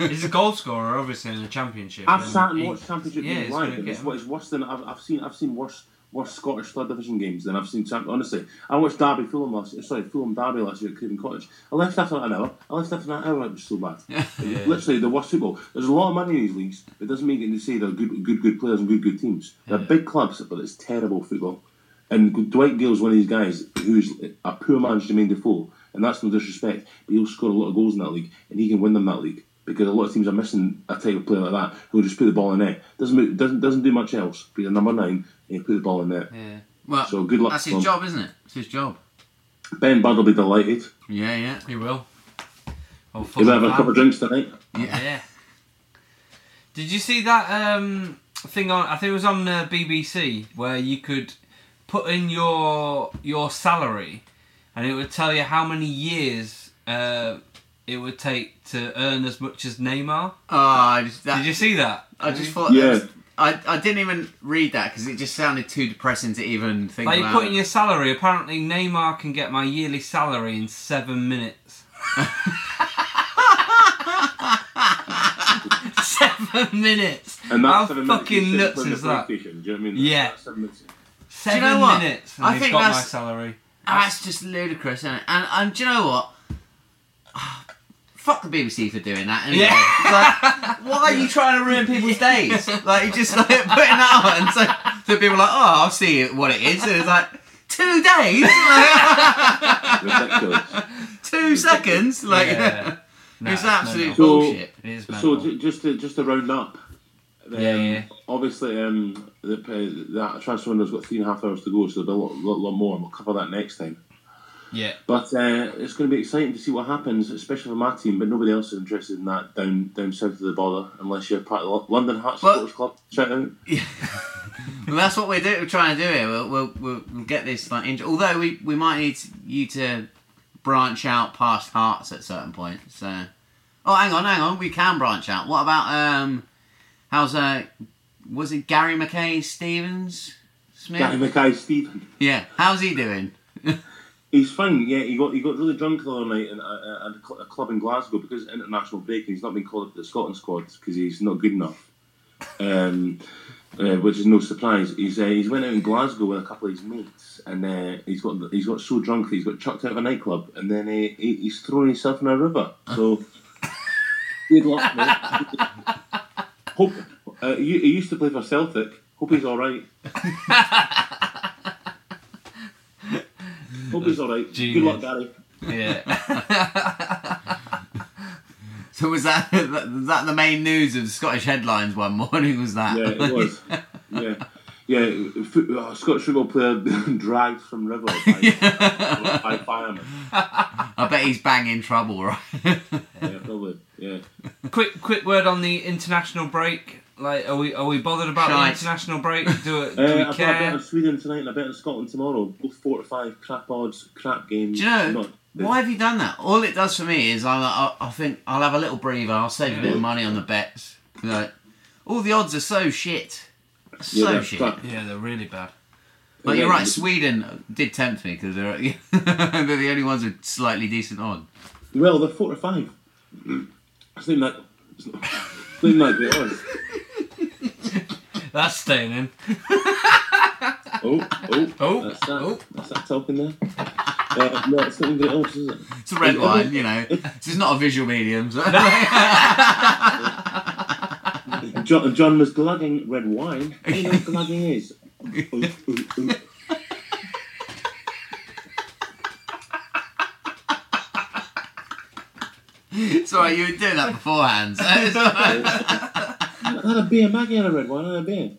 [SPEAKER 1] He's a goal scorer, obviously, in the championship.
[SPEAKER 3] I've
[SPEAKER 1] and
[SPEAKER 3] sat and
[SPEAKER 1] he-
[SPEAKER 3] watched Championship
[SPEAKER 1] yeah,
[SPEAKER 3] games
[SPEAKER 1] it's
[SPEAKER 3] live.
[SPEAKER 1] gonna
[SPEAKER 3] and
[SPEAKER 1] get
[SPEAKER 3] It's, it's worse than I've, I've seen. I've seen worse. Worse Scottish third division games than I've seen. Champ- Honestly, I watched Derby Fulham last. Sorry, Fulham Derby last year at Craven Cottage. I left after an hour. I left after an hour. It was so bad.
[SPEAKER 1] Yeah.
[SPEAKER 3] Literally the worst football. There's a lot of money in these leagues, but it doesn't mean to say they're good, good, good players and good, good teams. They're big clubs, but it's terrible football. And Dwight Gale's one of these guys who's a poor man's Jermaine Defoe, and that's no disrespect, but he'll score a lot of goals in that league, and he can win them that league because a lot of teams are missing a type of player like that who'll just put the ball in net. Doesn't move, doesn't doesn't do much else. Be a number nine and he put the ball in net.
[SPEAKER 1] Yeah.
[SPEAKER 2] well,
[SPEAKER 3] So good luck
[SPEAKER 2] That's
[SPEAKER 3] to
[SPEAKER 2] his
[SPEAKER 3] them.
[SPEAKER 2] job, isn't it? It's his job.
[SPEAKER 3] Ben Budd will be delighted.
[SPEAKER 2] Yeah, yeah,
[SPEAKER 1] He will. Oh,
[SPEAKER 3] He'll have a
[SPEAKER 1] fuck.
[SPEAKER 3] couple of drinks tonight.
[SPEAKER 2] yeah.
[SPEAKER 1] Yeah. Did you see that um, thing on? I think it was on uh, BBC where you could put in your your salary, and it would tell you how many years uh, it would take to earn as much as Neymar.
[SPEAKER 2] Oh, I just, that,
[SPEAKER 1] Did you see that?
[SPEAKER 2] I just thought.
[SPEAKER 3] Yeah.
[SPEAKER 2] that was- I, I didn't even read that because it just sounded too depressing to even think
[SPEAKER 1] Like you
[SPEAKER 2] about.
[SPEAKER 1] put in your salary. Apparently, Neymar can get my yearly salary in seven minutes. seven minutes.
[SPEAKER 3] And that's
[SPEAKER 1] How
[SPEAKER 3] seven minutes
[SPEAKER 1] fucking
[SPEAKER 3] you sit
[SPEAKER 1] nuts
[SPEAKER 3] playing the
[SPEAKER 1] is that?
[SPEAKER 3] PlayStation, Do you know what I mean?
[SPEAKER 1] Yeah.
[SPEAKER 3] That's seven minutes.
[SPEAKER 1] Seven
[SPEAKER 2] know what?
[SPEAKER 1] minutes. And
[SPEAKER 2] I
[SPEAKER 1] he's
[SPEAKER 2] think
[SPEAKER 1] got my
[SPEAKER 2] that's-
[SPEAKER 1] salary.
[SPEAKER 2] That's Ah, just ludicrous, isn't it? And, and do you know what? Fuck the BBC for doing that. Anyway.
[SPEAKER 1] Yeah.
[SPEAKER 2] It's Like, why are you trying to ruin people's days? Like, you just like putting that on, and so, so people are like, oh, I'll see it- what it is. And it's like two days,
[SPEAKER 3] Ridiculous.
[SPEAKER 2] two seconds. Like,
[SPEAKER 1] Yeah. No,
[SPEAKER 2] it's
[SPEAKER 1] no,
[SPEAKER 2] absolute
[SPEAKER 1] no.
[SPEAKER 3] So-
[SPEAKER 2] bullshit.
[SPEAKER 1] It is
[SPEAKER 3] So
[SPEAKER 1] mental.
[SPEAKER 3] ju- just to, just to round up, um,
[SPEAKER 1] Yeah, yeah.
[SPEAKER 3] Obviously, um, the, uh, that transfer window's got three and a half hours to go, so there'll be a lot, lot, lot more, and we'll cover that next time.
[SPEAKER 1] yeah.
[SPEAKER 3] But uh, it's going to be exciting to see what happens, especially for my team. But nobody else is interested in that down down south of the border, unless you're part of the Lo- London Hearts
[SPEAKER 2] Well-
[SPEAKER 3] Supporters Club. Shout out!
[SPEAKER 2] Well, that's what we're, do- we're trying to do here. We'll, we'll, we'll, we'll get this like injured. Although we, we might need to- you to branch out past Hearts at certain point. So, oh, hang on, hang on. We can branch out. What about um, how's uh, was it Gary McKay Stevens Smith?
[SPEAKER 3] Gary Mackay Stephen.
[SPEAKER 2] yeah, how's he doing?
[SPEAKER 3] He's fine. Yeah, he got he got really drunk the other night in a, a, a cl- a club in Glasgow because it's international break and he's not been called up to the Scotland squad because he's not good enough. Um, uh, which is no surprise. He's uh, he's went out in Glasgow with a couple of his mates and uh, he's got he's got so drunk that he's got chucked out of a nightclub and then he, he, he's thrown himself in a river. So good luck, mate. Hope uh, he, he used to play for Celtic. Hope he's all right. Hope he's all right. Good
[SPEAKER 1] Genius.
[SPEAKER 3] luck, Gary.
[SPEAKER 1] Yeah.
[SPEAKER 2] So was that was that the main news of the Scottish headlines one morning? Was that?
[SPEAKER 3] Yeah, it was. yeah. Yeah, foot, uh, Scottish football player dragged from river by, by firemen.
[SPEAKER 2] I bet he's banging trouble, right?
[SPEAKER 3] Yeah, probably. Yeah.
[SPEAKER 1] quick, quick word on the international break. Like, are we are we bothered about
[SPEAKER 2] Shite.
[SPEAKER 1] the international break? Do it? Do
[SPEAKER 3] Uh,
[SPEAKER 1] we
[SPEAKER 3] I've got a bet
[SPEAKER 1] care?
[SPEAKER 3] on Sweden tonight and a bet on Scotland tomorrow. Both four to five crap odds, crap games.
[SPEAKER 2] Do you know
[SPEAKER 3] Not-
[SPEAKER 2] why have you done that? All it does for me is I, I, I think I'll have a little breather. I'll save a bit of money on the bets. Like, all the odds are so shit, so
[SPEAKER 3] Yeah, they're
[SPEAKER 2] shit.
[SPEAKER 3] crap.
[SPEAKER 1] Yeah, they're really bad.
[SPEAKER 2] But you're right. Sweden did tempt me because they're, they're the only ones with slightly decent odds.
[SPEAKER 3] Well, they're four to five. It's not even that. It's not, it's not even that great odds.
[SPEAKER 1] That's staying in.
[SPEAKER 3] Oh, oh,
[SPEAKER 1] Oh,
[SPEAKER 3] that's that.
[SPEAKER 1] oh.
[SPEAKER 3] That's that talking there. Uh, no, it's not even else, is it?
[SPEAKER 2] It's a red
[SPEAKER 3] It-
[SPEAKER 2] wine, you know. This is not a visual medium. So.
[SPEAKER 3] John, John was glugging red wine. You know what glugging is? Ooh, ooh, ooh.
[SPEAKER 2] Sorry, you were doing that beforehand. so it's all right.
[SPEAKER 3] I had a beer, Maggie had a red wine, I had a beer.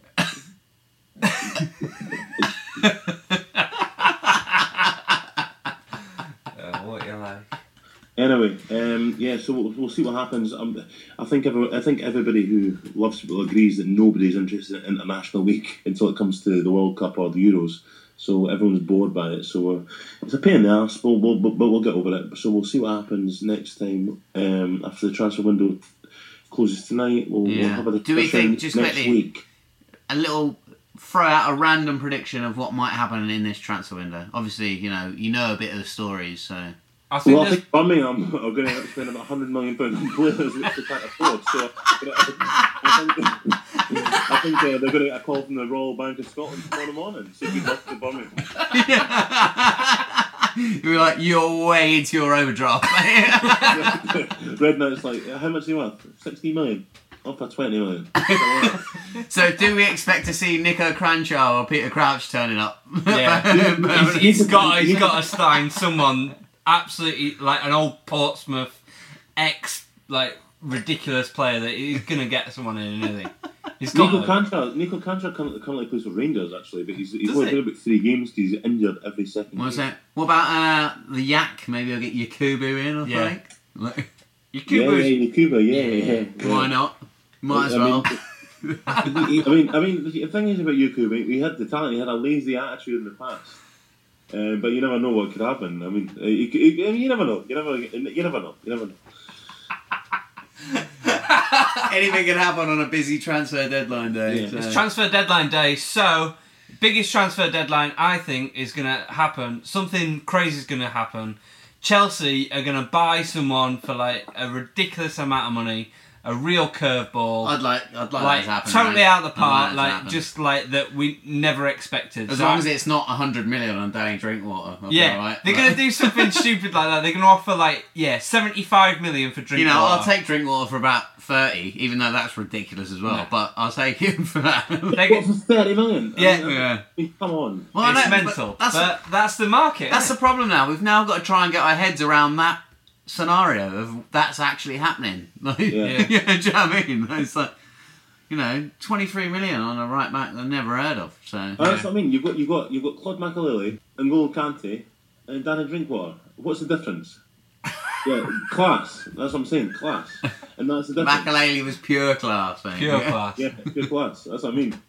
[SPEAKER 1] oh, what you like?
[SPEAKER 3] Anyway, um, yeah, so we'll, we'll see what happens. Um, I think every, I think everybody who loves football agrees that nobody's interested in international week until it comes to the World Cup or the Euros. So everyone's bored by it. So uh, it's a pain in the ass, but we'll, but, but we'll get over it. So we'll see what happens next time um, after the transfer window closes tonight. We'll, we'll
[SPEAKER 2] Yeah.
[SPEAKER 3] have a
[SPEAKER 2] Do we
[SPEAKER 3] discussion
[SPEAKER 2] think, just
[SPEAKER 3] next
[SPEAKER 2] quickly-
[SPEAKER 3] week.
[SPEAKER 2] a little throw out a random prediction of what might happen in this transfer window. Obviously, you know, you know a bit of the stories, so
[SPEAKER 1] I think
[SPEAKER 3] Well, I
[SPEAKER 1] there's-
[SPEAKER 3] think Birmingham are going to have to spend about hundred million pounds on players which they can't afford. So I think, I think uh, they're going to get a call from the Royal Bank of Scotland tomorrow morning. So good luck to Birmingham.
[SPEAKER 2] you're like you're way into your overdraft.
[SPEAKER 3] Redknight's like, "Uh, how much do you want? Sixty million. Off for twenty million. So,
[SPEAKER 2] so, do we expect to see Nico Cranshaw or Peter Crouch turning up?
[SPEAKER 1] Yeah, he's, he's got he's got to sign someone absolutely like an old Portsmouth ex like ridiculous player that he's gonna get someone in anything. He's got
[SPEAKER 3] Nico
[SPEAKER 1] to.
[SPEAKER 3] Cantra, Nico Cantra currently currently plays for Rangers actually, but he's, he's
[SPEAKER 1] Does
[SPEAKER 3] only
[SPEAKER 1] he?
[SPEAKER 3] played about three games because he's injured every second.
[SPEAKER 2] What's
[SPEAKER 3] game.
[SPEAKER 2] that? What about uh, the Yak? Maybe I'll get Yakubu in or
[SPEAKER 1] Yeah.
[SPEAKER 2] something. Like,
[SPEAKER 3] Yeah,
[SPEAKER 1] Yakubu's-
[SPEAKER 3] yeah, Cuba, yeah, yeah. yeah.
[SPEAKER 2] why not? Might as
[SPEAKER 3] I
[SPEAKER 2] well.
[SPEAKER 3] mean- I mean, I mean, the thing is about Yuku, mate, he had the talent, he had a lazy attitude in the past. Uh, but you never know what could happen. I mean, uh, you, you, you never know. You never, you never know. You never know.
[SPEAKER 2] Anything can happen on a busy transfer deadline day.
[SPEAKER 3] Yeah.
[SPEAKER 2] so-
[SPEAKER 1] It's transfer deadline day, so biggest transfer deadline I think is gonna happen. Something crazy is gonna happen. Chelsea are gonna buy someone for like a ridiculous amount of money, a real curveball.
[SPEAKER 2] I'd like, I'd like, that
[SPEAKER 1] like
[SPEAKER 2] to happen.
[SPEAKER 1] totally
[SPEAKER 2] mate.
[SPEAKER 1] out the
[SPEAKER 2] I'd
[SPEAKER 1] park,
[SPEAKER 2] that to
[SPEAKER 1] like
[SPEAKER 2] happen.
[SPEAKER 1] just like that we never expected.
[SPEAKER 2] As
[SPEAKER 1] So
[SPEAKER 2] long
[SPEAKER 1] I-
[SPEAKER 2] as it's not 100 million on Danny Drinkwater. I'll be
[SPEAKER 1] yeah,
[SPEAKER 2] alright.
[SPEAKER 1] they're gonna do something stupid like that. They're gonna offer like yeah, seventy five million for drink.
[SPEAKER 2] You know, I'll take Drinkwater for about 30, even though that's ridiculous as well,
[SPEAKER 1] No.
[SPEAKER 2] but I'll take him for that.
[SPEAKER 1] They
[SPEAKER 3] What
[SPEAKER 1] get-
[SPEAKER 3] for thirty million? I
[SPEAKER 1] Yeah.
[SPEAKER 3] mean,
[SPEAKER 2] yeah.
[SPEAKER 3] I mean, come on.
[SPEAKER 2] Well, I
[SPEAKER 1] it's
[SPEAKER 2] know, but
[SPEAKER 1] mental, but
[SPEAKER 2] That's,
[SPEAKER 1] that's, the market.
[SPEAKER 2] that's
[SPEAKER 1] isn't
[SPEAKER 2] the problem now. We've now got to try and get our heads around that scenario of that's actually happening. Like,
[SPEAKER 3] Yeah.
[SPEAKER 2] you know, do you know what I mean? It's like, you know, 23 million on a right back that I've never heard of. So,
[SPEAKER 3] Uh, That's what I mean. You've got, you've got, you've got Claude Makaleli, N'Golo Kante, and Danny Drinkwater. What's the difference? yeah, class. That's what I'm saying. Class, and that's the difference.
[SPEAKER 2] Makaleli was pure class, mate.
[SPEAKER 1] Pure class.
[SPEAKER 3] Yeah, good class. That's what I mean.